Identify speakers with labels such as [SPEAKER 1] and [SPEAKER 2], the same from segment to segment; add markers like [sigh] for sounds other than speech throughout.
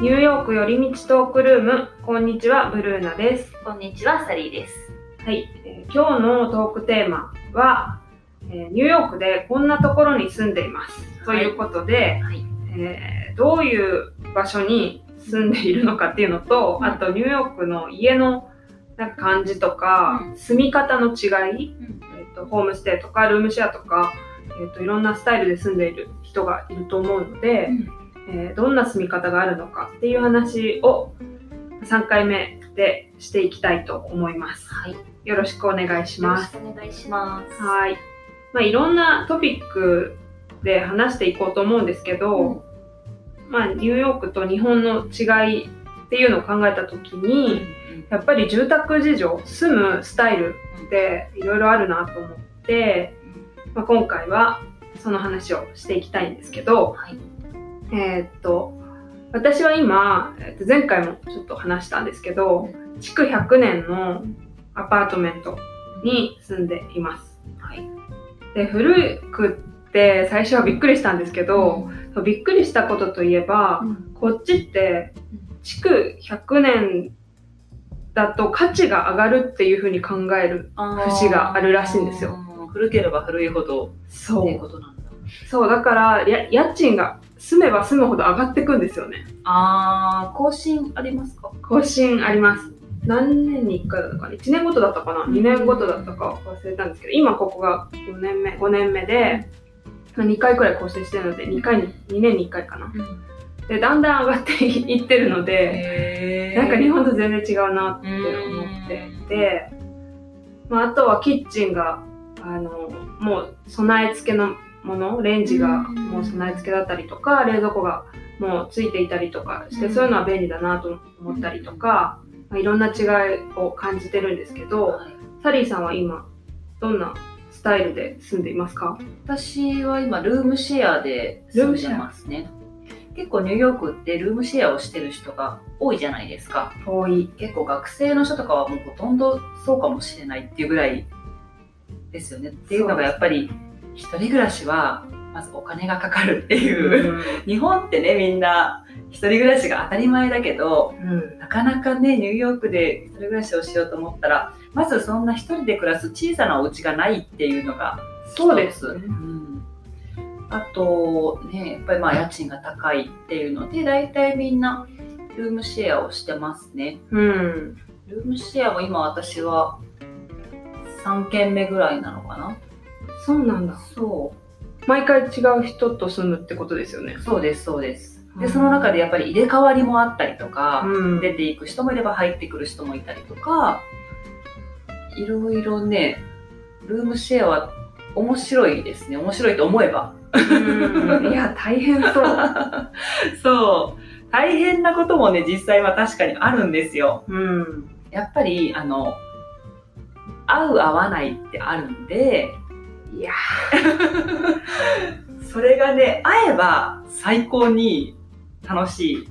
[SPEAKER 1] ニューヨーク寄り道トークルーム、こんにちは、ブルーナです。
[SPEAKER 2] こんにちは、サリーです。
[SPEAKER 1] はい、えー今日のトークテーマは、えーニューヨークでこんなところに住んでいます。と
[SPEAKER 2] はい
[SPEAKER 1] いうことで、
[SPEAKER 2] はい
[SPEAKER 1] えーどういう場所に住んでいるのかっていうのと、
[SPEAKER 2] うん
[SPEAKER 1] あとニューヨークの家のなんか感じとか、
[SPEAKER 2] うん
[SPEAKER 1] 住み方の違い、
[SPEAKER 2] うん
[SPEAKER 1] えーと、ホームステイとかルームシェアとか、えーといろんなスタイルで住んでいる人がいると思うので、えーどんな住み方があるのかっていう話を3回目でしていきたいと思います。
[SPEAKER 2] はい、よ
[SPEAKER 1] よろしくお願いし
[SPEAKER 2] ろ
[SPEAKER 1] ま
[SPEAKER 2] し
[SPEAKER 1] す。
[SPEAKER 2] くお願いします。
[SPEAKER 1] はい。まあ、いろんなトピックで話していこうと思うんですけど、まあ、ニューヨークと日本の違いっていうのを考えた時
[SPEAKER 2] うん
[SPEAKER 1] に、やっぱり住宅事情、住むスタイルっていろいろあるなと思って、まあ、今回はその話をしていきたいんですけど、
[SPEAKER 2] はい、
[SPEAKER 1] えーっと、私は今、えーっと前回もちょっと話したんですけど、築100年のアパートメントに住んでいます。
[SPEAKER 2] はい、
[SPEAKER 1] で、古くって最初はびっくりしたんですけど、びっくりしたことといえば、
[SPEAKER 2] うん、
[SPEAKER 1] こっちって築100年だと価値が上がるっていうふうに考える。節があるらしいんですよ
[SPEAKER 2] あー。古ければ古いほど
[SPEAKER 1] そ
[SPEAKER 2] っていうことなんだ。
[SPEAKER 1] そう、だから、や家賃が住めば住むほど上がってくんですよね。
[SPEAKER 2] ああ、更新ありますか？
[SPEAKER 1] 更新あります。何年に1回だったかな1年ごとだったかな2年ごとだったか忘れたんですけど今ここが4年目5年目で、まあ、2回くらい更新してるので2回に2年に1回かな
[SPEAKER 2] うん、
[SPEAKER 1] でだんだん上がっていいってるので
[SPEAKER 2] へ
[SPEAKER 1] なんか日
[SPEAKER 2] 本
[SPEAKER 1] 本と全然違うなって思ってて、まあ、あとはキッチンがあのもう備え付けのものレンジが
[SPEAKER 2] うん
[SPEAKER 1] もう備え付けだったりとか冷蔵庫がもうついていたりとかして、
[SPEAKER 2] うん
[SPEAKER 1] そういうのは便利だなと思ったりとか、まあ、いろんな違いを感じてるんですけど、
[SPEAKER 2] はい
[SPEAKER 1] サリーさんは今、どんなスタイルで住んでいますか
[SPEAKER 2] 私は今ルームシェアで住んでますね。結構ニューヨークってルームシェアをしてる人が多いじゃないですか。
[SPEAKER 1] 遠い。
[SPEAKER 2] 結構学生の人とかはもうほとんどそうかもしれないっていうぐらいですよね。っていうのがやっぱり一人暮らしはまずお金がかかるっていう。日本ってねみんな一人暮らしが当たり前だけど
[SPEAKER 1] うん。
[SPEAKER 2] なかなかねニューヨークで一人暮らしをしようと思ったらまずそんな一人で暮らす小さなお家がないっていうのが
[SPEAKER 1] そうです。
[SPEAKER 2] 一つうんあとねやっぱりまあ家賃が高いっていうので大体みんなルームシェアをしてますね。
[SPEAKER 1] うん。
[SPEAKER 2] ルームシェアも今私は3軒目ぐらいなのかな
[SPEAKER 1] そうなんだ。
[SPEAKER 2] そ
[SPEAKER 1] 毎回違う人と住むってことですよね
[SPEAKER 2] う。そうですそうです
[SPEAKER 1] う
[SPEAKER 2] で
[SPEAKER 1] ん
[SPEAKER 2] その中でやっぱり入れ替わりもあったりとか、
[SPEAKER 1] ん
[SPEAKER 2] 出ていく人もいれば入ってくる人もいたりとかいろいろねルームシェアは面白いですね面白いと思えば [laughs]
[SPEAKER 1] うんいや、大変そう。
[SPEAKER 2] そう大変なこともね実際は確かにあるんですよ
[SPEAKER 1] うん。
[SPEAKER 2] やっぱりあの合う合わないってあるんで
[SPEAKER 1] いや、
[SPEAKER 2] それがね、会えば最高に楽しい。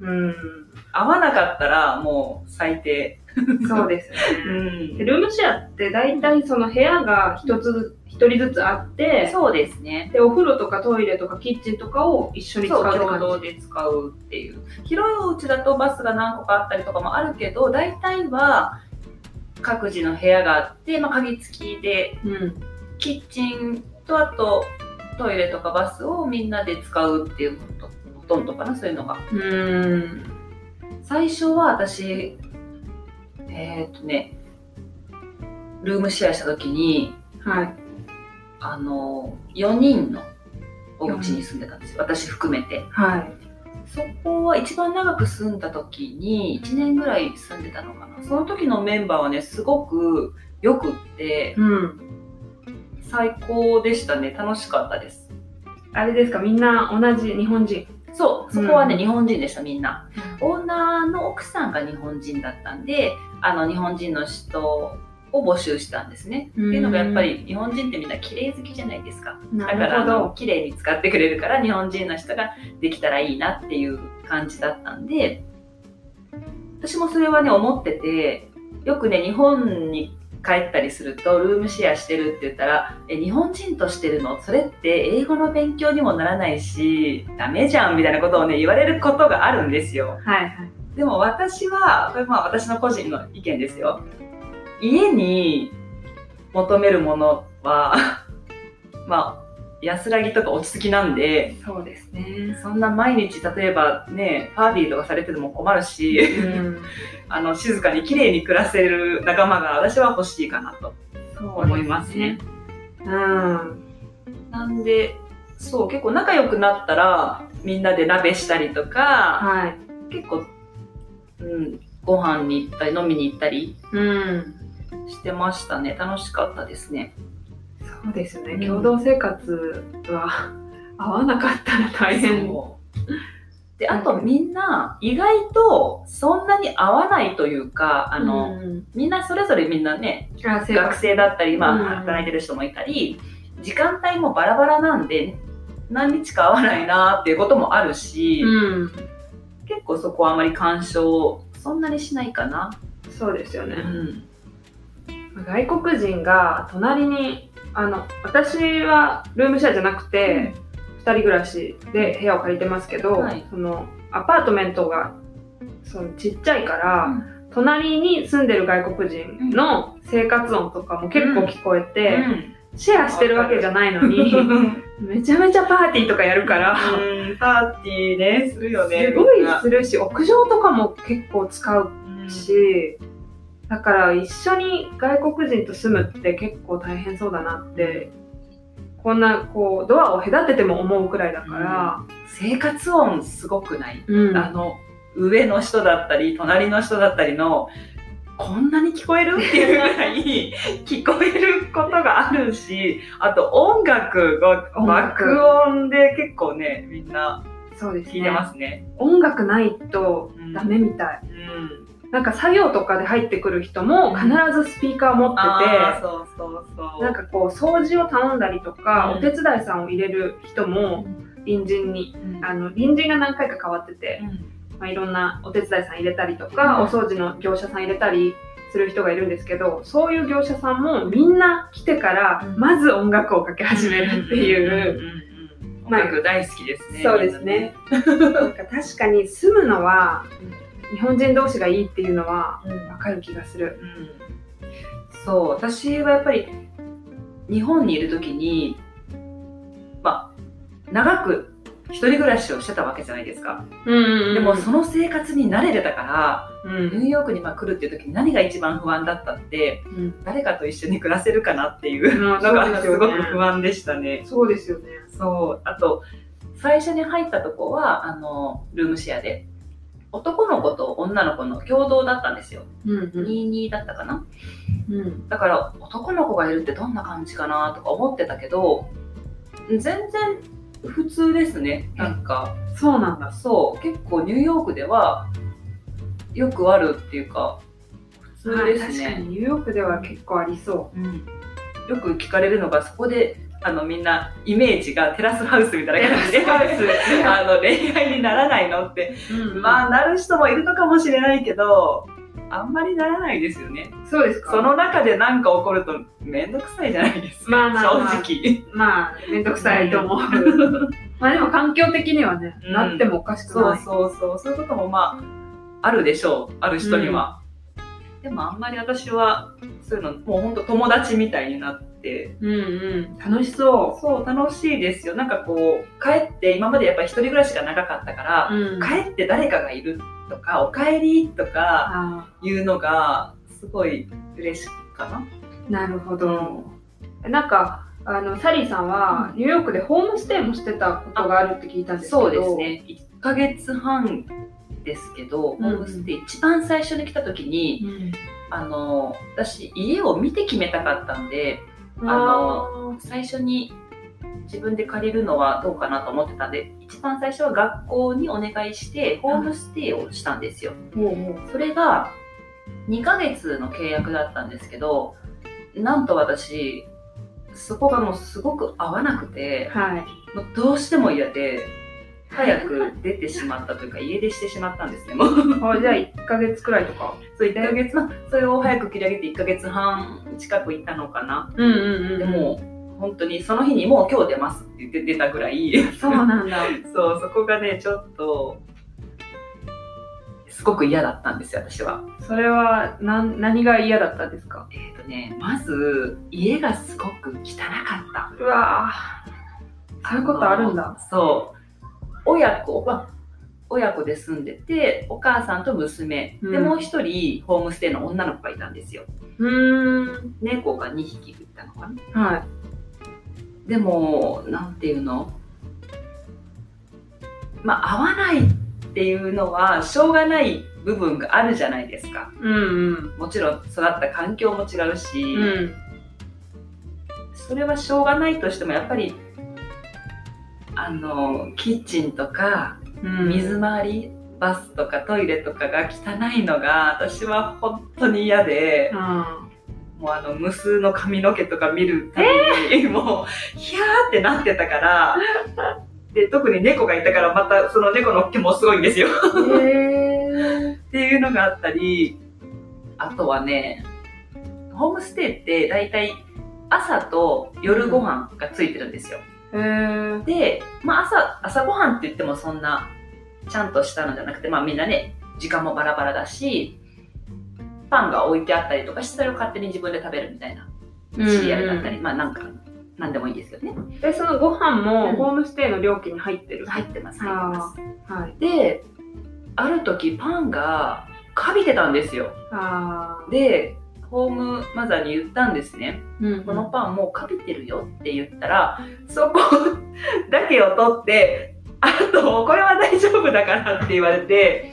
[SPEAKER 1] うん。
[SPEAKER 2] 会わなかったらもう最低。
[SPEAKER 1] そうですね。
[SPEAKER 2] ん。
[SPEAKER 1] ルームシェアって大体その部屋が一つ、一人ずつあって、
[SPEAKER 2] そうですね。
[SPEAKER 1] で、お風呂とかトイレとかキッチンとかを一緒に使
[SPEAKER 2] そうう、
[SPEAKER 1] って
[SPEAKER 2] 共
[SPEAKER 1] 感
[SPEAKER 2] 同
[SPEAKER 1] じ。
[SPEAKER 2] で使うっていう。広いお家だとバスが何個かあったりとかもあるけど、大体は各自の部屋があって、まあ、鍵付きで、
[SPEAKER 1] うん。
[SPEAKER 2] キッチンとあとトイレとかバスをみんなで使うっていうこと、ほとんどかな、そういうのが。
[SPEAKER 1] うん。
[SPEAKER 2] 最初は私えーっ、とねルームシェアした時に
[SPEAKER 1] はい。
[SPEAKER 2] あの4人のお家に住んでたんですよ私含めて
[SPEAKER 1] はい。
[SPEAKER 2] そこは一番長く住んだ時に1年ぐらい住んでたのかなその時のメンバーはねすごくよくって
[SPEAKER 1] うん。
[SPEAKER 2] 最高でしたね楽しかったです
[SPEAKER 1] あれですか、みんな同じ日本人。
[SPEAKER 2] そうそこはね、
[SPEAKER 1] うん
[SPEAKER 2] 日本人でしたみんなオーナーの奥さんが日本人だったんであの日本人の人を募集したんですね。
[SPEAKER 1] うん
[SPEAKER 2] っていうのがやっぱり日本人ってみんな綺麗好きじゃないですか。
[SPEAKER 1] な
[SPEAKER 2] だからあ
[SPEAKER 1] るほ
[SPEAKER 2] の
[SPEAKER 1] ど。
[SPEAKER 2] 綺麗に使ってくれるから日本人の人ができたらいいなっていう感じだったんで私もそれはね思っててよくね日本に帰ったりするとルームシェアしてるって言ったら「え日本人としてるのそれって英語の勉強にもならないしダメじゃん」みたいなことをね言われることがあるんですよ
[SPEAKER 1] はいはい。
[SPEAKER 2] でも私はこれまあ私の個人の意見ですよ家に求めるものは [laughs] まあ安らぎとか落ち着きなんで
[SPEAKER 1] そうです [laughs] ね。
[SPEAKER 2] そんな毎日例えばねパーティーとかされてても困るし [laughs]
[SPEAKER 1] うん。
[SPEAKER 2] あの静かに綺麗に暮らせる仲間が私は欲しいかなと
[SPEAKER 1] そう
[SPEAKER 2] 思いますね。。
[SPEAKER 1] うん。
[SPEAKER 2] なんでそう結構仲良くなったらみんなで鍋したりとか
[SPEAKER 1] はい。
[SPEAKER 2] 結構、うん、ご飯に行ったり飲みに行ったり
[SPEAKER 1] うん。
[SPEAKER 2] してましたね楽しかったですね。
[SPEAKER 1] そうです
[SPEAKER 2] う
[SPEAKER 1] ね。
[SPEAKER 2] ん
[SPEAKER 1] 共同生活は [laughs] 合わなかったら大変。
[SPEAKER 2] そうであとみんな意外とそんなに合わないというかあの、
[SPEAKER 1] うん、
[SPEAKER 2] みんなそれぞれみんなね
[SPEAKER 1] あ生
[SPEAKER 2] 学
[SPEAKER 1] 活
[SPEAKER 2] 生だったり、ま
[SPEAKER 1] うん
[SPEAKER 2] あ、働いてる人もいたり、時間帯もバラバラなんで、何日か合わないなっていうこともあるし、
[SPEAKER 1] うん。
[SPEAKER 2] 結構そこはあまり干渉、そんなにしないかな。
[SPEAKER 1] そうですよね
[SPEAKER 2] う。ん。
[SPEAKER 1] 外国人が隣にあの私はルームシェアじゃなくて、二人暮らしで部屋を借りてますけど、
[SPEAKER 2] はい
[SPEAKER 1] そのアパートメントがそのちっちゃいから、
[SPEAKER 2] うん
[SPEAKER 1] 隣に住んでる外国人の生活音とかも結構聞こえて、
[SPEAKER 2] うん
[SPEAKER 1] シェアしてるわけじゃないの
[SPEAKER 2] [laughs]
[SPEAKER 1] にめちゃめちゃパーティーとかやるから。
[SPEAKER 2] うんパーティーね、するよね。
[SPEAKER 1] すごい
[SPEAKER 2] みんな
[SPEAKER 1] するし屋上とかも結構使う
[SPEAKER 2] うん
[SPEAKER 1] し、だから一緒に外国人と住むって結構大変そうだなってこんなこうドアを隔てても思うくらいだから、
[SPEAKER 2] 生活音すごくない、
[SPEAKER 1] うん
[SPEAKER 2] あの、上の人だったり、隣の人だったりの、こんなに聞こえるっていうぐらい [laughs] 聞こえることがあるし、あと音楽が
[SPEAKER 1] 音楽
[SPEAKER 2] 爆音で結構ね、みんな
[SPEAKER 1] そうです
[SPEAKER 2] 聞い
[SPEAKER 1] ね
[SPEAKER 2] てますね。
[SPEAKER 1] 音楽ないと
[SPEAKER 2] うん
[SPEAKER 1] ダメみたい、
[SPEAKER 2] うん。
[SPEAKER 1] なんか作業とかで入ってくる人も必ずスピーカー持って
[SPEAKER 2] あー
[SPEAKER 1] て、
[SPEAKER 2] そうそうそう。
[SPEAKER 1] なんかこう掃除を頼んだりとか、
[SPEAKER 2] うん
[SPEAKER 1] お手伝いさんを入れる人も隣人に
[SPEAKER 2] うん
[SPEAKER 1] あの隣人が何回か変わってて、
[SPEAKER 2] うん
[SPEAKER 1] まあ、いろんなお手伝いさん入れたりとか、
[SPEAKER 2] うん
[SPEAKER 1] お掃除の業者さん入れたりする人がいるんですけどそういう業者さんもみんな来てから、
[SPEAKER 2] うん
[SPEAKER 1] まず音楽をかけ始めるっていう、
[SPEAKER 2] うんうんうんうん。
[SPEAKER 1] まあ
[SPEAKER 2] 音楽大好きですね。
[SPEAKER 1] そうですね [laughs] なんか確かに住むのは日本人同士がいいっていうのは
[SPEAKER 2] みんなね。うん
[SPEAKER 1] わかる気がする。
[SPEAKER 2] そう私はやっぱり日本にいる時にまあ長く一人暮らしをしてたわけじゃないですか、
[SPEAKER 1] うん
[SPEAKER 2] でもその生活に慣れてたか
[SPEAKER 1] う
[SPEAKER 2] らニュー
[SPEAKER 1] ん
[SPEAKER 2] ヨークにまあ来るっていう時に何が一番不安だったって
[SPEAKER 1] うん
[SPEAKER 2] 誰かと一緒に暮らせるかなっていう
[SPEAKER 1] うん
[SPEAKER 2] のが
[SPEAKER 1] そうです
[SPEAKER 2] す
[SPEAKER 1] よね
[SPEAKER 2] ごく不安でしたね
[SPEAKER 1] そうですよね。
[SPEAKER 2] そうあと最初に入ったとこはあのルームシェアで男の子と女の子の共同だったんですよ
[SPEAKER 1] うん
[SPEAKER 2] 22だったかな
[SPEAKER 1] うん
[SPEAKER 2] だから男の子がいるってどんな感じかなとか思ってたけど全然普通ですねなんか
[SPEAKER 1] そうなんだ。
[SPEAKER 2] そう結構ニューヨークではよくあるっていうか普通です
[SPEAKER 1] あ確か
[SPEAKER 2] ね、
[SPEAKER 1] にニューヨークでは結構ありそ
[SPEAKER 2] うん、よく聞かれるのがそこであのみんなイメージがテラスハウスみたいな感じで [laughs] あの恋愛にならないのって
[SPEAKER 1] う。うん
[SPEAKER 2] まあなる人もいるのかもしれないけどあんまりならないですよね
[SPEAKER 1] そうですか。
[SPEAKER 2] その中で何か起こるとめんどくさいじゃないですか、
[SPEAKER 1] まあまあまあ
[SPEAKER 2] 正直。
[SPEAKER 1] まあ、めんどくさいと思う。まあでも環境的にはね、
[SPEAKER 2] うん
[SPEAKER 1] なってもおかしく
[SPEAKER 2] そう
[SPEAKER 1] ない。
[SPEAKER 2] そうそう、そういうこともまあ、あるでしょう、ある人には。でもあんまり私は、そういうの、もう本当友達みたいになって、
[SPEAKER 1] うんうん。楽しそ
[SPEAKER 2] そう、楽しいですよ。なんかこう、帰って、今までやっぱり一人暮らしが長かったから、
[SPEAKER 1] う。うん。
[SPEAKER 2] 帰って誰かがいるとか、お帰りとか
[SPEAKER 1] あ
[SPEAKER 2] いうのが、すごい嬉しいかな。
[SPEAKER 1] ーなるほど。なんか、あの、サリーさんは、ニューヨークでホームステイもしてたことがあるって聞いたんですけど。
[SPEAKER 2] そうです。ね1ヶ月半ですけど、
[SPEAKER 1] うん
[SPEAKER 2] ホームステイ一番最初に来た時にあの私家を見て決めたかったんで
[SPEAKER 1] うん。
[SPEAKER 2] あ
[SPEAKER 1] の、
[SPEAKER 2] 最初に自分で借りるのはどうかなと思ってたんで一番最初は学校にお願いしてホームステイをしたんですよ、
[SPEAKER 1] もうもう。
[SPEAKER 2] それが2ヶ月の契約だったんですけどなんと私そこがもうすごく合わなくて
[SPEAKER 1] はい。
[SPEAKER 2] もうどうしても嫌で早く出てしまったというか、家出してしまったんですね、もう。 [laughs]
[SPEAKER 1] あじゃあ1ヶ月くらいとか。
[SPEAKER 2] そう、1ヶ月半、それを早く切り上げて1ヶ月半近く行ったのかな。
[SPEAKER 1] うんうんうん。
[SPEAKER 2] で、も、本当にその日にもう今日出ますって言って出たぐらい、
[SPEAKER 1] そうなんだ。
[SPEAKER 2] [laughs] そう、そこがね、ちょっと、すごく嫌だったんですよ、私は。
[SPEAKER 1] それは何何が嫌だったんですか
[SPEAKER 2] えっ、とね、まず、家がすごく汚かった。
[SPEAKER 1] うわぁ。そういうことあるんだ。
[SPEAKER 2] そう。親子は、親子で住んでて、お母さんと娘、で、
[SPEAKER 1] うん
[SPEAKER 2] もう一人、ホームステイの女の子がいたんですよ。
[SPEAKER 1] うーん。
[SPEAKER 2] 猫が2匹いたのかな。
[SPEAKER 1] はい。
[SPEAKER 2] でも、なんていうのまあ、合わないっていうのは、しょうがない部分があるじゃないですか。
[SPEAKER 1] うんうん。
[SPEAKER 2] もちろん育った環境も違うし、
[SPEAKER 1] うん。
[SPEAKER 2] それはしょうがないとしても、やっぱり、あの、キッチンとか、
[SPEAKER 1] うん、
[SPEAKER 2] 水回りバスとかトイレとかが汚いのが私は本当に嫌で
[SPEAKER 1] う、ん。
[SPEAKER 2] もうあの無数の髪の毛とか見るたびに、 [laughs] もうヒャーってなってたからで特に猫がいたからまたその猫の毛もすごいんです
[SPEAKER 1] [laughs]
[SPEAKER 2] よ
[SPEAKER 1] え
[SPEAKER 2] っていうのがあったりあとはねホームステイって大体朝と夜ご飯がついてるんですよ
[SPEAKER 1] ー、えー、
[SPEAKER 2] で、まあ、朝朝ごはんって言ってもそんなちゃんとしたのじゃなくて、まあ、みんなね時間もバラバラだしパンが置いてあったりとかしてそれを勝手に自分で食べるみたいなシリアルだったり、まあなんかなんでもいいですよね
[SPEAKER 1] でそのご飯
[SPEAKER 2] うん
[SPEAKER 1] もホームステイの料金に入ってる、
[SPEAKER 2] 入ってます入ってま
[SPEAKER 1] あ
[SPEAKER 2] す
[SPEAKER 1] あはい
[SPEAKER 2] である時パンがかびてたんですよ
[SPEAKER 1] ああ
[SPEAKER 2] でホームマザーに言ったんですね
[SPEAKER 1] うん
[SPEAKER 2] このパンもうかびてるよって言ったら、そこ [laughs] だけを取って、あと、これは大丈夫だからって言われて、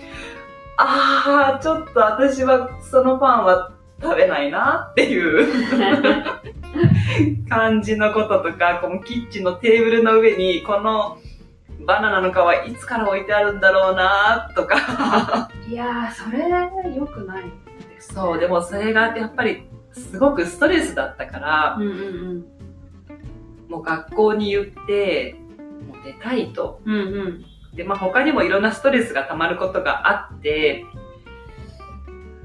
[SPEAKER 2] あー、ちょっと私はそのパンは食べないなっていう感じのこととか、このキッチンのテーブルの上に、このバナナの皮いつから置いてあるんだろうなとか。
[SPEAKER 1] [laughs] いやーそれ良くないですね
[SPEAKER 2] そう、でもそれがやっぱりすごくストレスだったから、
[SPEAKER 1] うんうん
[SPEAKER 2] もう学校に言って、もうでかいと。
[SPEAKER 1] うんうんうん
[SPEAKER 2] で、まあ他にもいろんなストレスが溜まることがあって、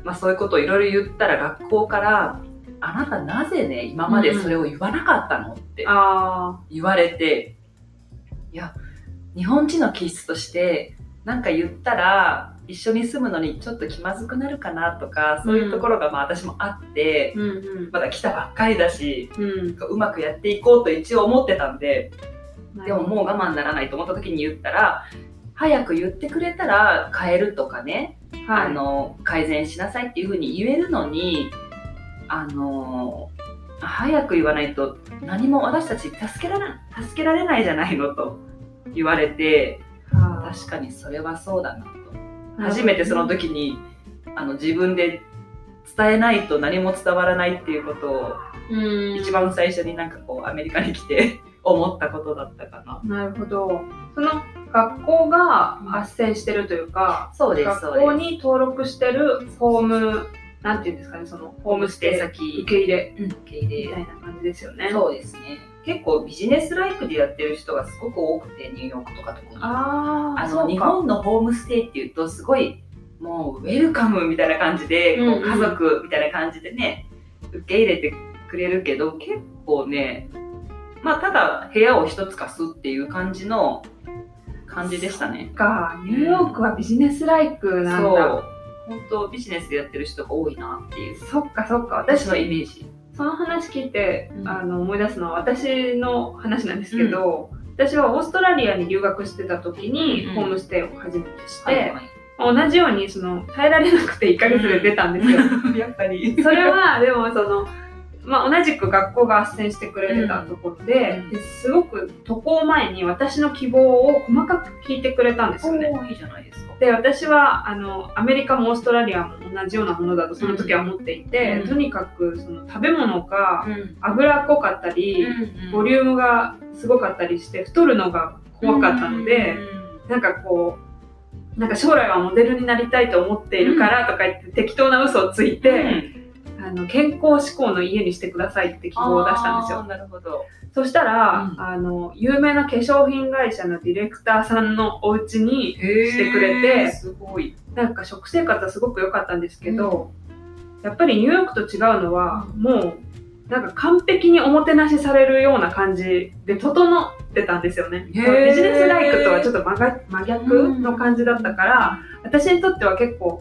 [SPEAKER 2] まあそういうことをいろいろ言ったら学校から、あなたなぜね、今までそれを言わなかったのって
[SPEAKER 1] あ
[SPEAKER 2] 言われて、いや、日本人の気質として、なんか言ったら、一緒に住むのにちょっと気まずくなるかなとか、そういうところがまあ私もあって、
[SPEAKER 1] ーうんうん
[SPEAKER 2] まだ来たばっかりだし、
[SPEAKER 1] うん
[SPEAKER 2] うまくやっていこうと一応思ってたんで、
[SPEAKER 1] な
[SPEAKER 2] で
[SPEAKER 1] る
[SPEAKER 2] も
[SPEAKER 1] ほど
[SPEAKER 2] もう我慢ならないと思った時に言ったら、早く言ってくれたら変えるとかね、
[SPEAKER 1] はい
[SPEAKER 2] あの、改善しなさいっていうふうに言えるのに、あの、早く言わないと何も私たち助けられ助けられないじゃないのと言われて、
[SPEAKER 1] あ
[SPEAKER 2] 確かにそれはそうだなと。
[SPEAKER 1] ー
[SPEAKER 2] 初めてその時に、あの、自分で伝えないと何も伝わらないっていうことを、
[SPEAKER 1] うん
[SPEAKER 2] 一番最初になんかこうアメリカに来て思ったことだったかな。
[SPEAKER 1] なるほどその学校が斡旋してるというか、
[SPEAKER 2] そうです、そう
[SPEAKER 1] 学
[SPEAKER 2] です。
[SPEAKER 1] 校に登録してるホームなんていうんですかねそのホームステイ先
[SPEAKER 2] 先
[SPEAKER 1] 受け入れ
[SPEAKER 2] 受け入
[SPEAKER 1] みたいな感じですよね
[SPEAKER 2] そうですね結構ビジネスライフでやってる人がすごく多くてニューヨークとか特にあ
[SPEAKER 1] ああ
[SPEAKER 2] の日本のホームステイっていうとすごいもうウェルカムみたいな感じで、
[SPEAKER 1] うんうん
[SPEAKER 2] こう家族みたいな感じでね受け入れてくれるけど結構ねまあただ部屋を一つ貸すっていう感じの感じでしたね
[SPEAKER 1] かニューヨークはビジネスライクなん
[SPEAKER 2] そ
[SPEAKER 1] だ
[SPEAKER 2] う本当ビジネスでやってる人が多いなっていう
[SPEAKER 1] そっかそっか
[SPEAKER 2] 私
[SPEAKER 1] 私
[SPEAKER 2] のイメージ
[SPEAKER 1] その話聞いて、
[SPEAKER 2] うん
[SPEAKER 1] あの思い出すのは私の話なんですけど、私はオーストラリアに留学してた時に
[SPEAKER 2] うん
[SPEAKER 1] ホームステイを初めてし
[SPEAKER 2] はい
[SPEAKER 1] て、
[SPEAKER 2] はい
[SPEAKER 1] 同じようにその耐えられなくて1ヶ月で出たんですよ、
[SPEAKER 2] やっぱり
[SPEAKER 1] それはでもその、まあ、同じく学校が斡旋してくれてたところで,、
[SPEAKER 2] うん
[SPEAKER 1] ですごく渡航前に私の希望を細かく聞いてくれたんですよね
[SPEAKER 2] いいじゃないですか
[SPEAKER 1] で私はあのアメリカもオーストラリアも同じようなものだとその時は思っていて、
[SPEAKER 2] うん
[SPEAKER 1] とにかくその食べ物が
[SPEAKER 2] う
[SPEAKER 1] 脂っこかったり、
[SPEAKER 2] ん
[SPEAKER 1] ボリュームがすごかったりして太るのが怖かったので、なんかこうなんか将来はモデルになりたいと思っているからとか言って、適当な嘘をつい
[SPEAKER 2] で
[SPEAKER 1] て、あの健康志向の家にしてくださいって希望を出したんですよ。
[SPEAKER 2] なるほど。
[SPEAKER 1] そしたら、
[SPEAKER 2] うん
[SPEAKER 1] あの、有名な化粧品会社のディレクターさんのお家に、
[SPEAKER 2] して
[SPEAKER 1] くれて
[SPEAKER 2] すごい。
[SPEAKER 1] なんか食生活はすごく良かったんですけど、やっぱりニューヨークと違うのは、
[SPEAKER 2] う
[SPEAKER 1] もう、なんか完璧におもてなしされるような感じで整ってたんですよね。
[SPEAKER 2] へ
[SPEAKER 1] ビ
[SPEAKER 2] ー
[SPEAKER 1] ジネスライクとはちょっと真が真逆の感じだったから、私にとっては結構、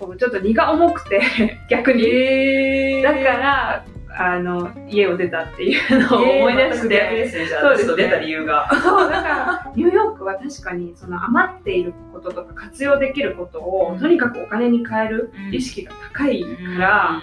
[SPEAKER 1] こうちょっと荷が重くて、 [laughs] 逆に。
[SPEAKER 2] え
[SPEAKER 1] だから、あの、家を出たっていうのを思い出し
[SPEAKER 2] 全く逆
[SPEAKER 1] て、
[SPEAKER 2] ですね、じゃあ、
[SPEAKER 1] そうで
[SPEAKER 2] ち
[SPEAKER 1] すね
[SPEAKER 2] ょっと出た理由が。
[SPEAKER 1] そう、だから、ニューヨークは確かに、その余っていることとか活用できることを、とにかくお金に変える意識が高いから、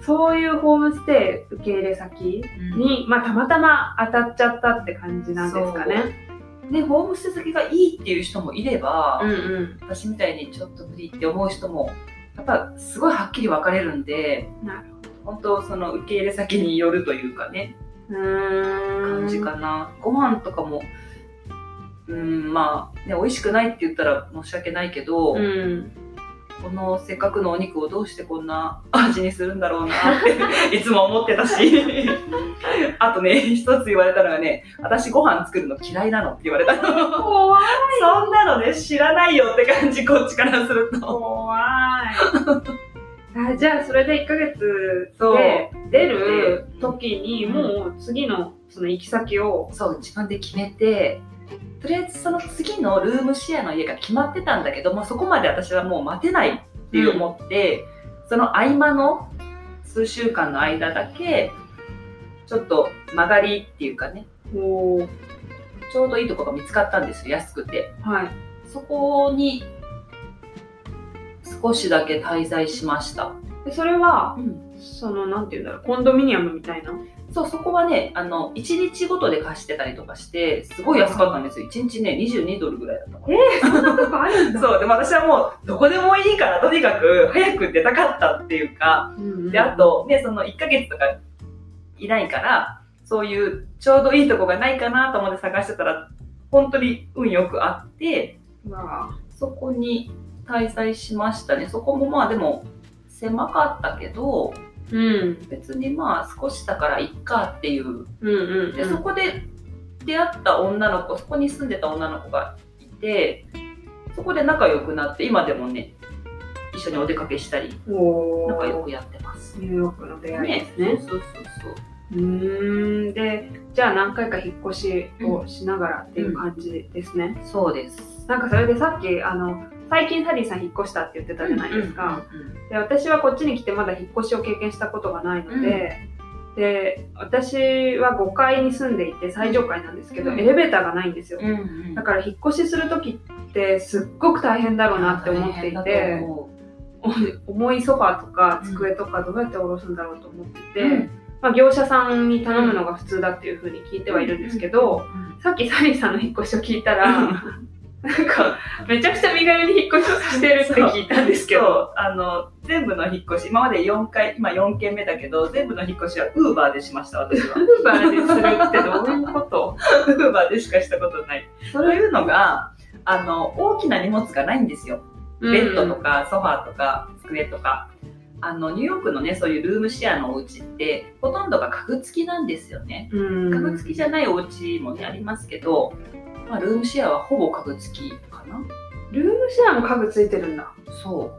[SPEAKER 1] そういうホームステイ受け入れ先
[SPEAKER 2] うん、
[SPEAKER 1] に、まあ、たまたま当たっちゃったって感じなんですかね。
[SPEAKER 2] で、ホームステイ先がいいっていう人もいれば、
[SPEAKER 1] うんうん。
[SPEAKER 2] 私みたいにちょっと無理って思う人も、やっぱすごいはっきり分かれるんで、
[SPEAKER 1] なる
[SPEAKER 2] 本当その受け入れ先によるというかね、
[SPEAKER 1] うーん。
[SPEAKER 2] 感じかな。ご飯とかも、うん、まあ、ね、美味しくないって言ったら申し訳ないけど、
[SPEAKER 1] うん。
[SPEAKER 2] このせっかくのお肉をどうしてこんな味にするんだろうなって [laughs] いつも思ってたし [laughs] あとね一つ言われたのがね私ご飯作るの嫌いなのって言われたの
[SPEAKER 1] 怖い。
[SPEAKER 2] [laughs] そんなのね知らないよって感じこっちからすると
[SPEAKER 1] 怖い。あじゃあそれで1ヶ月
[SPEAKER 2] そう
[SPEAKER 1] で出る時に
[SPEAKER 2] うん
[SPEAKER 1] もう次のその行き先を
[SPEAKER 2] そう自分で決めてとりあえずその次のルームシェアの家が決まってたんだけど、まあ、そこまで私はもう待てないっていう思って、その合間の数週間の間だけちょっと曲がりっていうかね
[SPEAKER 1] こ
[SPEAKER 2] ちょうどいいとこが見つかったんですよ、安くて。
[SPEAKER 1] うはい
[SPEAKER 2] そこに少しだけ滞在しました。
[SPEAKER 1] でそれは
[SPEAKER 2] うん、
[SPEAKER 1] そのなんて言うんだろうコンドミニアムみたいな
[SPEAKER 2] [laughs] そう、そこはね、あの、1日ごとで貸してたりとかして、すごい安かったんですよ。1日ね、22ドルぐらいだったから。
[SPEAKER 1] そんなとこあるん
[SPEAKER 2] そう、でも私はもう、どこでもいいから、とにかく早く出たかったっていうか、で、あと、ね、その1ヶ月とかいないから、そういうちょうどいいとこがないかなと思って探してたら、本当に運よくあって、
[SPEAKER 1] ま
[SPEAKER 2] そこに滞在しましたね。そこもまあでも狭かったけど、
[SPEAKER 1] うん
[SPEAKER 2] 別にまあ少しだからいっかっていう。
[SPEAKER 1] うんうん
[SPEAKER 2] で、そこで出会った女の子、そこに住んでた女の子がいて、そこで仲良くなって、今でもね、一緒にお出かけしたり、
[SPEAKER 1] お
[SPEAKER 2] 仲良
[SPEAKER 1] ー
[SPEAKER 2] くやってます。
[SPEAKER 1] ニューヨークの出会いですね
[SPEAKER 2] ね、そうそうそう
[SPEAKER 1] うーんでじゃあ何回か引っ越しをしながらっていう感じですね、
[SPEAKER 2] そう。そうです。
[SPEAKER 1] なんかそれでさっきあの最近サリーさん引っ越したって言ってたじゃないですか、
[SPEAKER 2] うんうんうん
[SPEAKER 1] で私はこっちに来てまだ引っ越しを経験したことがないので、で私は5階に住んでいて最上階なんですけど、
[SPEAKER 2] うん
[SPEAKER 1] エレベーターがないんですよ、
[SPEAKER 2] うんうん
[SPEAKER 1] だから引っ越しする時ってすっごく大変だろうなって思ってい
[SPEAKER 2] 大変だと
[SPEAKER 1] て
[SPEAKER 2] 思
[SPEAKER 1] 重いソファーとか
[SPEAKER 2] うん
[SPEAKER 1] 机とかどうやって下ろすんだろうと思って
[SPEAKER 2] う
[SPEAKER 1] て、まあ、業者さんに頼むのが普通だっていうふうに聞いてはいるんですけど、
[SPEAKER 2] うん
[SPEAKER 1] さっきサリーさんの引っ越しを聞いた
[SPEAKER 2] [laughs]
[SPEAKER 1] らなんかめちゃくちゃ身軽に引っ越しをしてるって聞いたんですけ
[SPEAKER 2] そ
[SPEAKER 1] ど。
[SPEAKER 2] うあの全部の引っ越し今まで4回今4件目だけど全部の引っ越しはウーバーでしました私は
[SPEAKER 1] ウ [laughs] ーバーでするってどういうこと
[SPEAKER 2] ウーバーでしかしたことない
[SPEAKER 1] そ
[SPEAKER 2] というのがあの大きな荷物がないんですよ [laughs] ベッドとかソファーとか机とかあのニューヨークのねそういうルームシェアのお家ってほとんどが家具付きなんですよね
[SPEAKER 1] うん、
[SPEAKER 2] 家具付きじゃないお家もねありますけど、まあ、ルームシェアはほぼ家具付きかな
[SPEAKER 1] ルームシェアも家具ついてるんだ
[SPEAKER 2] そ
[SPEAKER 1] そ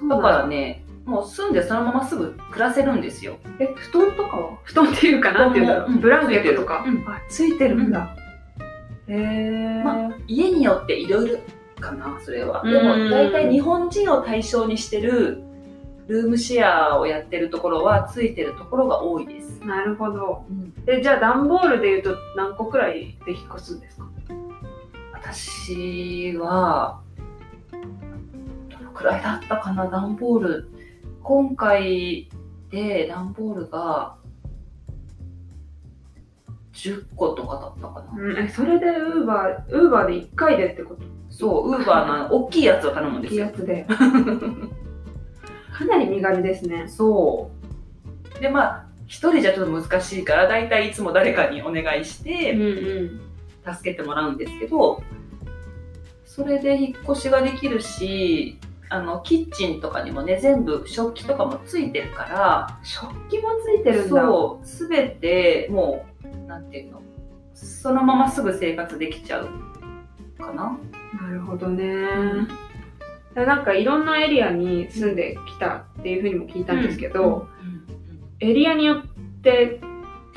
[SPEAKER 1] う
[SPEAKER 2] う
[SPEAKER 1] な
[SPEAKER 2] だ
[SPEAKER 1] ん
[SPEAKER 2] からねもう住んでそのまますぐ暮らせるんですよ
[SPEAKER 1] え布団とかは布団っていうかなんていうんだろう、
[SPEAKER 2] 布団もうん
[SPEAKER 1] ブランケットとか、
[SPEAKER 2] つ
[SPEAKER 1] あつ
[SPEAKER 2] いてる
[SPEAKER 1] いてるんだ、へえ、
[SPEAKER 2] ま家によっていろいろかなそれは
[SPEAKER 1] うん
[SPEAKER 2] でも大体日本人を対象にしてるルームシェアをやってるところはついてるところが多いです、
[SPEAKER 1] なるほどでじゃあ段ボールでいうと何個くらいで引っ越すんですか
[SPEAKER 2] 私はどのくらいだったかな段ボール今回で段ボールが10個とかだったかな
[SPEAKER 1] うんえそれでウーバーウーバーで1回でってこと
[SPEAKER 2] そうウーバーの大きいやつを頼む
[SPEAKER 1] 大
[SPEAKER 2] んで
[SPEAKER 1] き
[SPEAKER 2] す
[SPEAKER 1] い
[SPEAKER 2] よ
[SPEAKER 1] やつで [laughs] かなり身軽ですね
[SPEAKER 2] そう。で、まあ、一人じゃちょっと難しいから、だいたいいつも誰かにお願いし
[SPEAKER 1] うん
[SPEAKER 2] て、
[SPEAKER 1] うん
[SPEAKER 2] 助けてもらうんですけど、それで引っ越しができるし、あの、キッチンとかにもね、全部食器とかもついてるから、
[SPEAKER 1] 食器もついてるんだ
[SPEAKER 2] そう、すべて、もう、なんていうのそのまますぐ生活できちゃうかな。
[SPEAKER 1] なるほどね。なんかいろんなエリアに住んできたっていうふうにも聞いたんですけど、エリアによって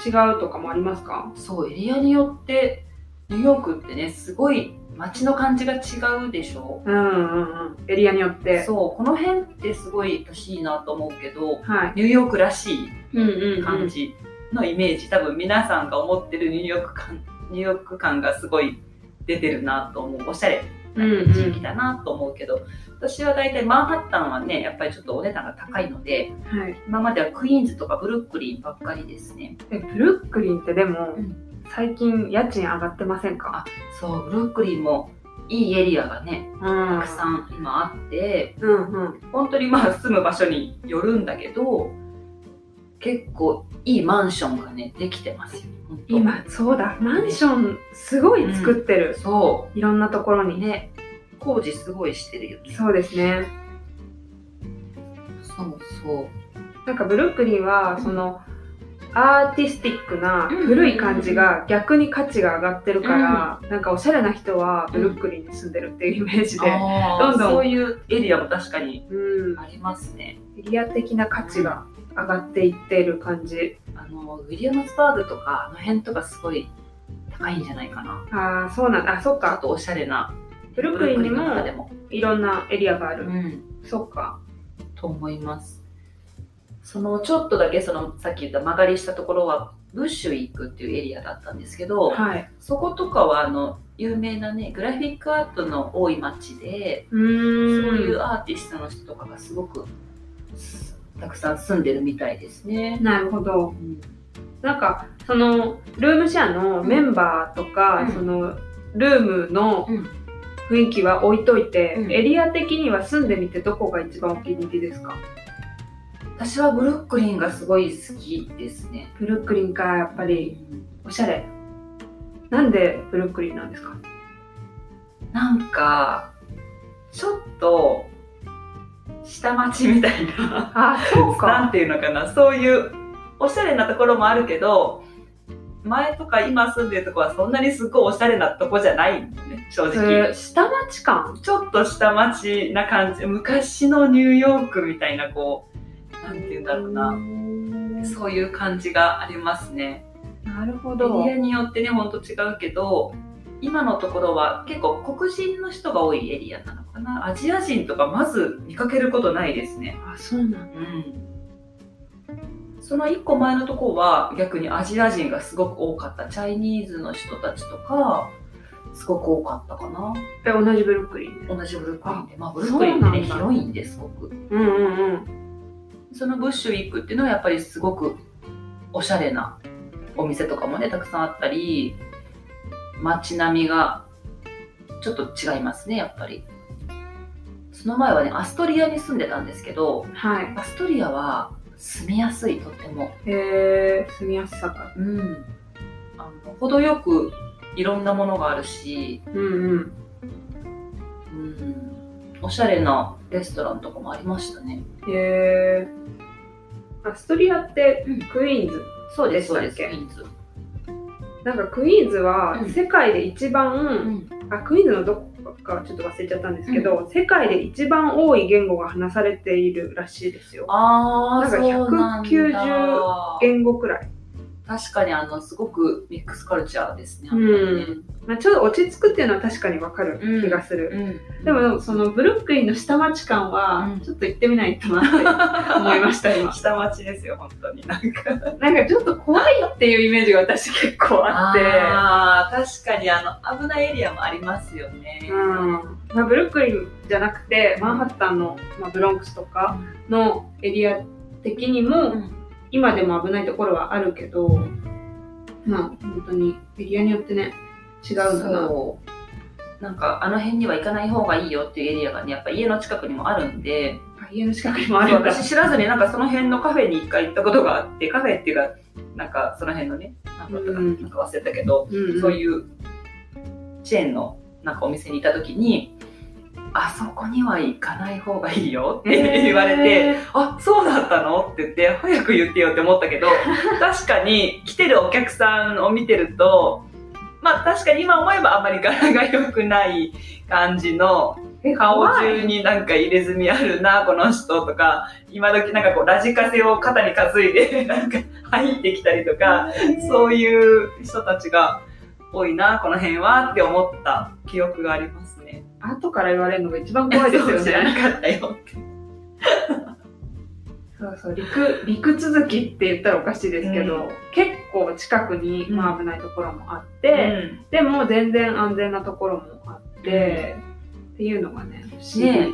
[SPEAKER 1] 違うとかもありますか
[SPEAKER 2] そうエリアによってニューヨークってねすごい街の感じが違うでしょ
[SPEAKER 1] うんうんうん。エリアによって。
[SPEAKER 2] そうこの辺ってすごい私いいなと思うけど
[SPEAKER 1] はい。
[SPEAKER 2] ニューヨークらし
[SPEAKER 1] うんうん、
[SPEAKER 2] い感じのイメージ、多分皆さんが思ってるニューヨーク感ニューヨーク感がすごい出てるなと思うおしゃれな地域だなと思うけど、私は大体マンハッタンはねやっぱりちょっとお値段が高いので
[SPEAKER 1] はい。
[SPEAKER 2] 今まではクイーンズとかブルックリンばっかりですね
[SPEAKER 1] え、ブルックリンってでも、
[SPEAKER 2] うん
[SPEAKER 1] 最近家賃上がってませんか
[SPEAKER 2] あそうブルックリンもいいエリアがね
[SPEAKER 1] た
[SPEAKER 2] たくさ
[SPEAKER 1] ん。
[SPEAKER 2] ん今あって
[SPEAKER 1] うんうん。
[SPEAKER 2] 本当にまあ住む場所によるんだけど結構いいマンションがねできてますよ本当
[SPEAKER 1] 今、そうだ。マンション、すごい作ってる。
[SPEAKER 2] そ
[SPEAKER 1] いろんなところ
[SPEAKER 2] う
[SPEAKER 1] にね。
[SPEAKER 2] ね工事すごいしてるよね
[SPEAKER 1] そうですね。
[SPEAKER 2] そうそう
[SPEAKER 1] なんかブルックリンは、その、アーティスティックな
[SPEAKER 2] うん
[SPEAKER 1] 古い感じが逆に価値が上がってるから、なんかおしゃれな人はブルックリンに住んでるっていうイメージで、
[SPEAKER 2] ど
[SPEAKER 1] どんどん
[SPEAKER 2] そういうエリアも確かに
[SPEAKER 1] うん、
[SPEAKER 2] ありますね
[SPEAKER 1] エリア的な価値が上がっていっている感じ。
[SPEAKER 2] あのウィリアムズバーグとかあの辺とかすごい高いんじゃないかな
[SPEAKER 1] ああ、そうなんだ。あ、そっ
[SPEAKER 2] ちょっ
[SPEAKER 1] か。
[SPEAKER 2] とおしゃれな
[SPEAKER 1] ブルックリンにも
[SPEAKER 2] ブルックの中でも、
[SPEAKER 1] いろんなエリアがあ
[SPEAKER 2] う
[SPEAKER 1] る。
[SPEAKER 2] ん、
[SPEAKER 1] そっか。
[SPEAKER 2] と思いますそのちょっとだけそのさっき言った曲がりしたところはブッシュ行くっていうエリアだったんですけど、
[SPEAKER 1] はい。
[SPEAKER 2] そことかはあの有名なねグラフィックアートの多い街で、
[SPEAKER 1] うーん。
[SPEAKER 2] そういうアーティストの人とかがすごくすたくさん住んでるみたいですね。
[SPEAKER 1] なるほど。
[SPEAKER 2] うん
[SPEAKER 1] なんか、その、ルームシェアのメンバーとか、
[SPEAKER 2] うん
[SPEAKER 1] その、ルームの
[SPEAKER 2] うん
[SPEAKER 1] 雰囲気は置いといて、
[SPEAKER 2] うん
[SPEAKER 1] エリア的には住んでみてどこが一番お気に入りですか
[SPEAKER 2] 私はブルックリンがすごい好きですね。
[SPEAKER 1] ブルックリンか、やっぱり、おしゃれ。なんでブルックリンなんですか
[SPEAKER 2] なんかちょっと下町みたいな。
[SPEAKER 1] あ、そう
[SPEAKER 2] な
[SPEAKER 1] か。
[SPEAKER 2] んていうのかなそういうおしゃれなところもあるけど前とか今住んでるとこはそんなにすごいおしゃれなとこじゃないんだよね正
[SPEAKER 1] それ
[SPEAKER 2] 直
[SPEAKER 1] 下町感
[SPEAKER 2] ちょっと下町な感じ昔のニューヨークみたいなこうなんていうんだろうなそういう感じがありますね
[SPEAKER 1] なるほ
[SPEAKER 2] エ
[SPEAKER 1] ど。
[SPEAKER 2] リアによってねほんと違うけど今のところは結構黒人の人が多いエリアなのかなアジア人とかまず見かけることないですね
[SPEAKER 1] あ、そうなんだ。
[SPEAKER 2] その1個前のとこは逆にアジア人がすごく多かったチャイニーズの人たちとかすごく多かったかな
[SPEAKER 1] え、同じブルックリン。
[SPEAKER 2] 同じブルックリンでまあブルックリンってね
[SPEAKER 1] そうなんだ
[SPEAKER 2] 広いんですごく
[SPEAKER 1] うんうんうん。
[SPEAKER 2] そのブッシュウィークっていうのはやっぱりすごくおしゃれなお店とかもねたくさんあったり街並みがちょっと違いますねやっぱりその前はねアストリアに住んでたんですけど
[SPEAKER 1] はい。
[SPEAKER 2] アストリアは住みやすいとっても
[SPEAKER 1] えー、住みやすさか。
[SPEAKER 2] うん、あの程よくいろんなものがあるし、
[SPEAKER 1] うんうん。
[SPEAKER 2] うん、おしゃれなレストランとかもありましたね。
[SPEAKER 1] へえアストリアって
[SPEAKER 2] うん
[SPEAKER 1] クイーンズ、
[SPEAKER 2] そう
[SPEAKER 1] です
[SPEAKER 2] そうです。
[SPEAKER 1] そう
[SPEAKER 2] ク
[SPEAKER 1] で
[SPEAKER 2] イーンズ。
[SPEAKER 1] なんかクイーンズは
[SPEAKER 2] うん
[SPEAKER 1] 世界で一
[SPEAKER 2] う
[SPEAKER 1] 番、
[SPEAKER 2] ん、
[SPEAKER 1] あクイーンズのどこかちょっと忘れちゃったんですけど、世界で一番多い言語が話されているらしいですよ
[SPEAKER 2] ああ、
[SPEAKER 1] なんか
[SPEAKER 2] そうなんだ
[SPEAKER 1] 190言語くらい、
[SPEAKER 2] 確かにあのすごくミックスカルチャーですね。
[SPEAKER 1] うんまあ、ちょっと落ち着くっていうのは確かにわかる気がする、
[SPEAKER 2] うん、
[SPEAKER 1] でもそのブルックリンの下町感は
[SPEAKER 2] うん
[SPEAKER 1] ちょっと行ってみないとなって思いました
[SPEAKER 2] [laughs]
[SPEAKER 1] 今
[SPEAKER 2] 下町ですよ本当に。なんか
[SPEAKER 1] なんかちょっと怖いっていうイメージが私結構あって
[SPEAKER 2] あー確かにあの危ないエリアもありますよね。
[SPEAKER 1] うんまあ、ブルックリンじゃなくてマンハッタンの、まあ、ブロンクスとかのエリア的にも、
[SPEAKER 2] うん
[SPEAKER 1] 今でも危ないところはあるけどまあ本当にエリアによってね違うんだな
[SPEAKER 2] そうなんかあの辺には行かない方がいいよっていうエリアがねやっぱ家の近くにもあるんで
[SPEAKER 1] あ家の近くにもあ
[SPEAKER 2] そう
[SPEAKER 1] るんだ
[SPEAKER 2] 私知らずになんかその辺のカフェに一回行ったことがあってカフェっていうかなんかその辺のねなんか
[SPEAKER 1] うん
[SPEAKER 2] なんか忘れたけど、
[SPEAKER 1] うん
[SPEAKER 2] そういうチェーンのなんかお店にいた時にあそこには行かない方がいいよ
[SPEAKER 1] [laughs]
[SPEAKER 2] って言われて、
[SPEAKER 1] え
[SPEAKER 2] あ、そうだったのって言って、早く言ってよって思ったけど、
[SPEAKER 1] [laughs]
[SPEAKER 2] 確かに来てるお客さんを見てると、まあ確かに今思えばあんまり柄が良くない感じの、
[SPEAKER 1] ー
[SPEAKER 2] 顔中になんか入れ墨あるな、この人とか、今時なんかこうラジカセを肩に担いで、 [laughs] なんか入ってきたりとか、 [laughs] そういう人たちが多いな、この辺はって思った記憶がありますね。
[SPEAKER 1] 後から言われるのが一番怖い
[SPEAKER 2] [laughs]
[SPEAKER 1] ですよ
[SPEAKER 2] 知ら
[SPEAKER 1] ね。
[SPEAKER 2] なかったよって。
[SPEAKER 1] そうそう、陸、陸続きって言ったらおかしいですけど、
[SPEAKER 2] うん
[SPEAKER 1] 結構近くに、
[SPEAKER 2] うん
[SPEAKER 1] まあ、危ないところもあって、でも全然安全なところもあって、っていうのがね、不思議。
[SPEAKER 2] ね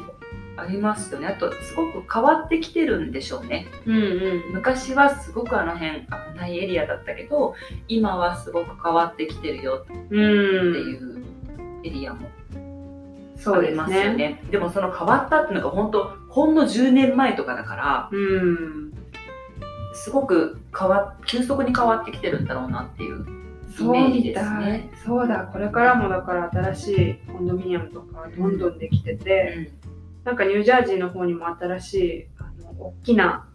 [SPEAKER 2] ありますよね。あと、すごく変わってきてるんでしょうね。
[SPEAKER 1] うんうん。
[SPEAKER 2] 昔はすごくあの辺危ないエリアだったけど、今はすごく変わってきてるよって
[SPEAKER 1] うん。
[SPEAKER 2] いうエリアも
[SPEAKER 1] そ
[SPEAKER 2] あ
[SPEAKER 1] う
[SPEAKER 2] り
[SPEAKER 1] で
[SPEAKER 2] ますすよね。で
[SPEAKER 1] ね。
[SPEAKER 2] もその変わったっていうのが本当、ほんの10年前とかだから、
[SPEAKER 1] うん。
[SPEAKER 2] すごく変わ、急速に変わってきてるんだろうなっていう。イメージですね
[SPEAKER 1] そうみたいそうだ、これからもだから新しいコンドミニアムとかどんどんできてて、なんかニュージャージーの方にも新しいあの大きな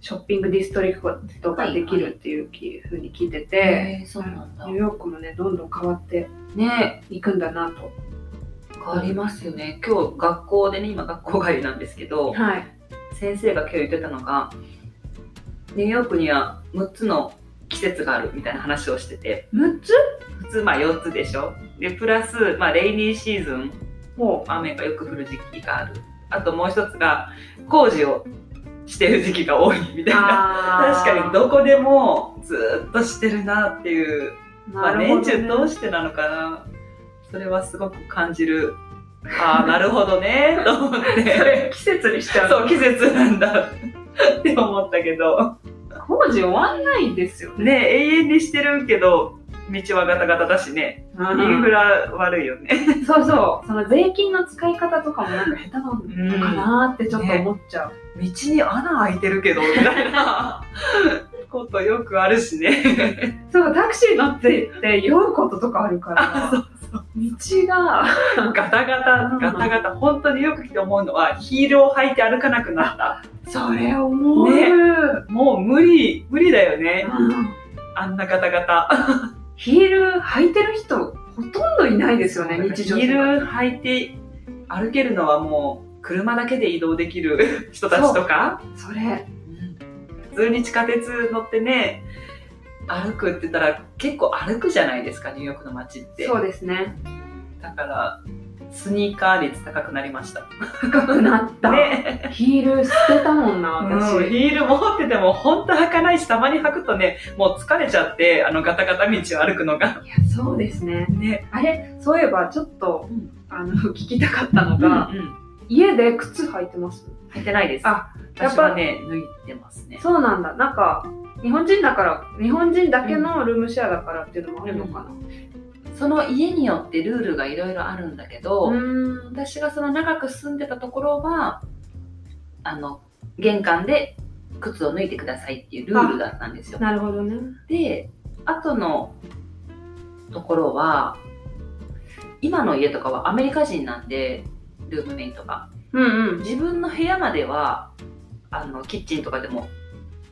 [SPEAKER 1] ショッピングディストリクトができるっていうきふうに聞いてて、
[SPEAKER 2] へえそうなんだ
[SPEAKER 1] ニュー。ヨークもねどんどん変わって
[SPEAKER 2] ね
[SPEAKER 1] いくんだなと。
[SPEAKER 2] 変わりますよね今日学校でね今学校帰りなんですけど
[SPEAKER 1] はい。
[SPEAKER 2] 先生が今日言ってたのがニューヨークには6つの季節があるみたいな話をしてて
[SPEAKER 1] 6つ
[SPEAKER 2] 普通まあ4つでしょでプラス、まあ、レイニーシーズン
[SPEAKER 1] も
[SPEAKER 2] 雨がよく降る時期があるあともう一つが工事をしてる時期が多いみ
[SPEAKER 1] う。
[SPEAKER 2] たいな [laughs] 確かにどこでもずっとしてるなっていうまあ、年中通
[SPEAKER 1] し
[SPEAKER 2] してなのかな。それはすごく感じる。ああ、なるほどね、と思っ
[SPEAKER 1] [laughs]
[SPEAKER 2] てて。
[SPEAKER 1] 季節にしちゃう
[SPEAKER 2] そう、季節なんだ。 [laughs] って思ったけど。
[SPEAKER 1] 工事終わんないですよね。
[SPEAKER 2] ね永遠にしてるけど、道はガタガタだしね。インフラ悪いよね。
[SPEAKER 1] [laughs] そうそう。その税金の使い方とかもなんか下手なのかなーってちょっと思っちゃう。
[SPEAKER 2] 道に穴開いてるけど、みたいな [laughs] ことよくあるしね。
[SPEAKER 1] [laughs] そう、タクシー乗って行って酔うこと [laughs] とかあるから、道が、
[SPEAKER 2] ガタガタ、ガタガタ。本当によく来て思うのは、ヒールを履いて歩かなくなった。
[SPEAKER 1] それ思う、
[SPEAKER 2] ねもう無理、無理だよね。
[SPEAKER 1] うん
[SPEAKER 2] あんなガタガタ。
[SPEAKER 1] ヒール履いてる人、ほとんどいないですよね、日常
[SPEAKER 2] ヒ
[SPEAKER 1] 生活
[SPEAKER 2] ール履いて歩けるのはもう車だけで移動できる人たちとか、
[SPEAKER 1] それ、
[SPEAKER 2] 普通に地下鉄乗ってね、歩くって言ったら結構歩くじゃないですか、ニューヨークの街って。
[SPEAKER 1] そうですね。
[SPEAKER 2] だから、スニーカー率高くなり
[SPEAKER 1] [laughs]
[SPEAKER 2] ました。
[SPEAKER 1] 高くなった。
[SPEAKER 2] ね、
[SPEAKER 1] ヒール捨てたもんな、私。
[SPEAKER 2] うんヒール持ってても本当履かないし、たまに履くとね、もう疲れちゃって、あのガタガタ道を歩くのが。
[SPEAKER 1] いや、そうですね。
[SPEAKER 2] ね。
[SPEAKER 1] あれ、そういえば、ちょっと、
[SPEAKER 2] うん
[SPEAKER 1] あの、 [laughs] 聞きたかったのが、
[SPEAKER 2] うんうん
[SPEAKER 1] 家で靴履いてます
[SPEAKER 2] 履いてないです。
[SPEAKER 1] あ、
[SPEAKER 2] 私はね、脱いでますね。
[SPEAKER 1] そうなんだ。なんか、日本人だから、日本人だけのルームシェアだからっていうのもあるのかな。
[SPEAKER 2] その家によってルールがいろいろあるんだけど、
[SPEAKER 1] うん。
[SPEAKER 2] 私がその長く住んでたところはあの玄関で靴を脱いでくださいっていうルールだったんですよ。
[SPEAKER 1] なるほどね。
[SPEAKER 2] で後のところは今の家とかはアメリカ人なんでルームメイトが
[SPEAKER 1] うんうん。
[SPEAKER 2] 自分の部屋まではあのキッチンとかでも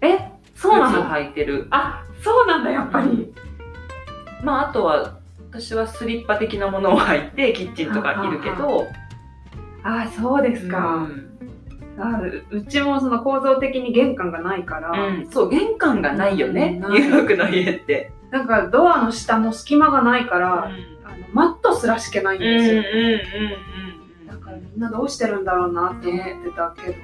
[SPEAKER 1] え、
[SPEAKER 2] 靴
[SPEAKER 1] そ
[SPEAKER 2] を
[SPEAKER 1] うなの
[SPEAKER 2] 履いてる
[SPEAKER 1] あ、そうなんだ、やっぱり。
[SPEAKER 2] まああとは私はスリッパ的なものを履いてキッチンとかいるけど
[SPEAKER 1] あ、そうです
[SPEAKER 2] う
[SPEAKER 1] か。
[SPEAKER 2] ん
[SPEAKER 1] あううちもその構造的に玄関がないから、
[SPEAKER 2] うん、そう玄関がないよね、
[SPEAKER 1] うん
[SPEAKER 2] ニューヨークの家って。
[SPEAKER 1] なんかドアの下も隙間がないから、あのマットすら敷けないん
[SPEAKER 2] うんうん
[SPEAKER 1] ですよ。
[SPEAKER 2] うん
[SPEAKER 1] だからみんなどうしてるんだろうなって思ってたけど、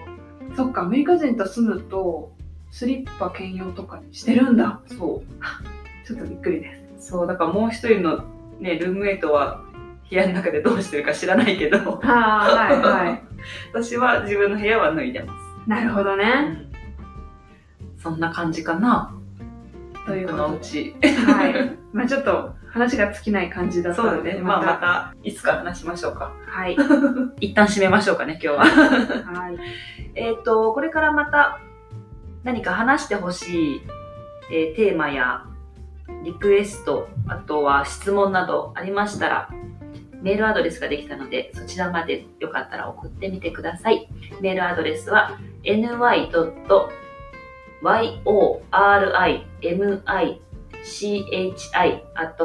[SPEAKER 1] そっか、アメリカ人と住むと、スリッパ兼用とかにしてるんだ。
[SPEAKER 2] うんそう
[SPEAKER 1] ちょっとびっくりです。
[SPEAKER 2] そうだからもう一人のねルームメイトは部屋の中でどうしてるか知らないけど
[SPEAKER 1] ああ、はいはい。
[SPEAKER 2] [laughs] 私は自分の部屋は脱いでま
[SPEAKER 1] [laughs] なるほど
[SPEAKER 2] す、
[SPEAKER 1] ね。
[SPEAKER 2] そんな感じかな
[SPEAKER 1] という
[SPEAKER 2] 僕
[SPEAKER 1] こ
[SPEAKER 2] のう
[SPEAKER 1] と
[SPEAKER 2] ち
[SPEAKER 1] で。はい。まあちょっと話が尽きない感じだった
[SPEAKER 2] そうだ
[SPEAKER 1] ので、
[SPEAKER 2] ねまあまたいつか話しましょうか
[SPEAKER 1] た。はい。
[SPEAKER 2] 一旦締めましょうかね今日は
[SPEAKER 1] はい。
[SPEAKER 2] えっとこれからまた何か話してほしい、えーテーマやリクエストあとは質問などありましたらメールアドレスができたので、そちらまでよかったら送ってみてください。メールアドレスは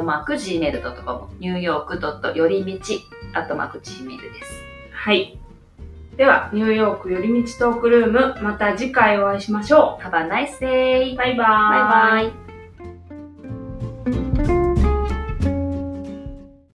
[SPEAKER 2] ny.yorimichi.gmail.com ニューヨークよりみち .gmail です。
[SPEAKER 1] はい。では、ニューヨーク寄り道トークルーム、また次回お会いしましょ
[SPEAKER 2] Have a nice day!
[SPEAKER 1] う。バイバーイ。
[SPEAKER 2] バイバイ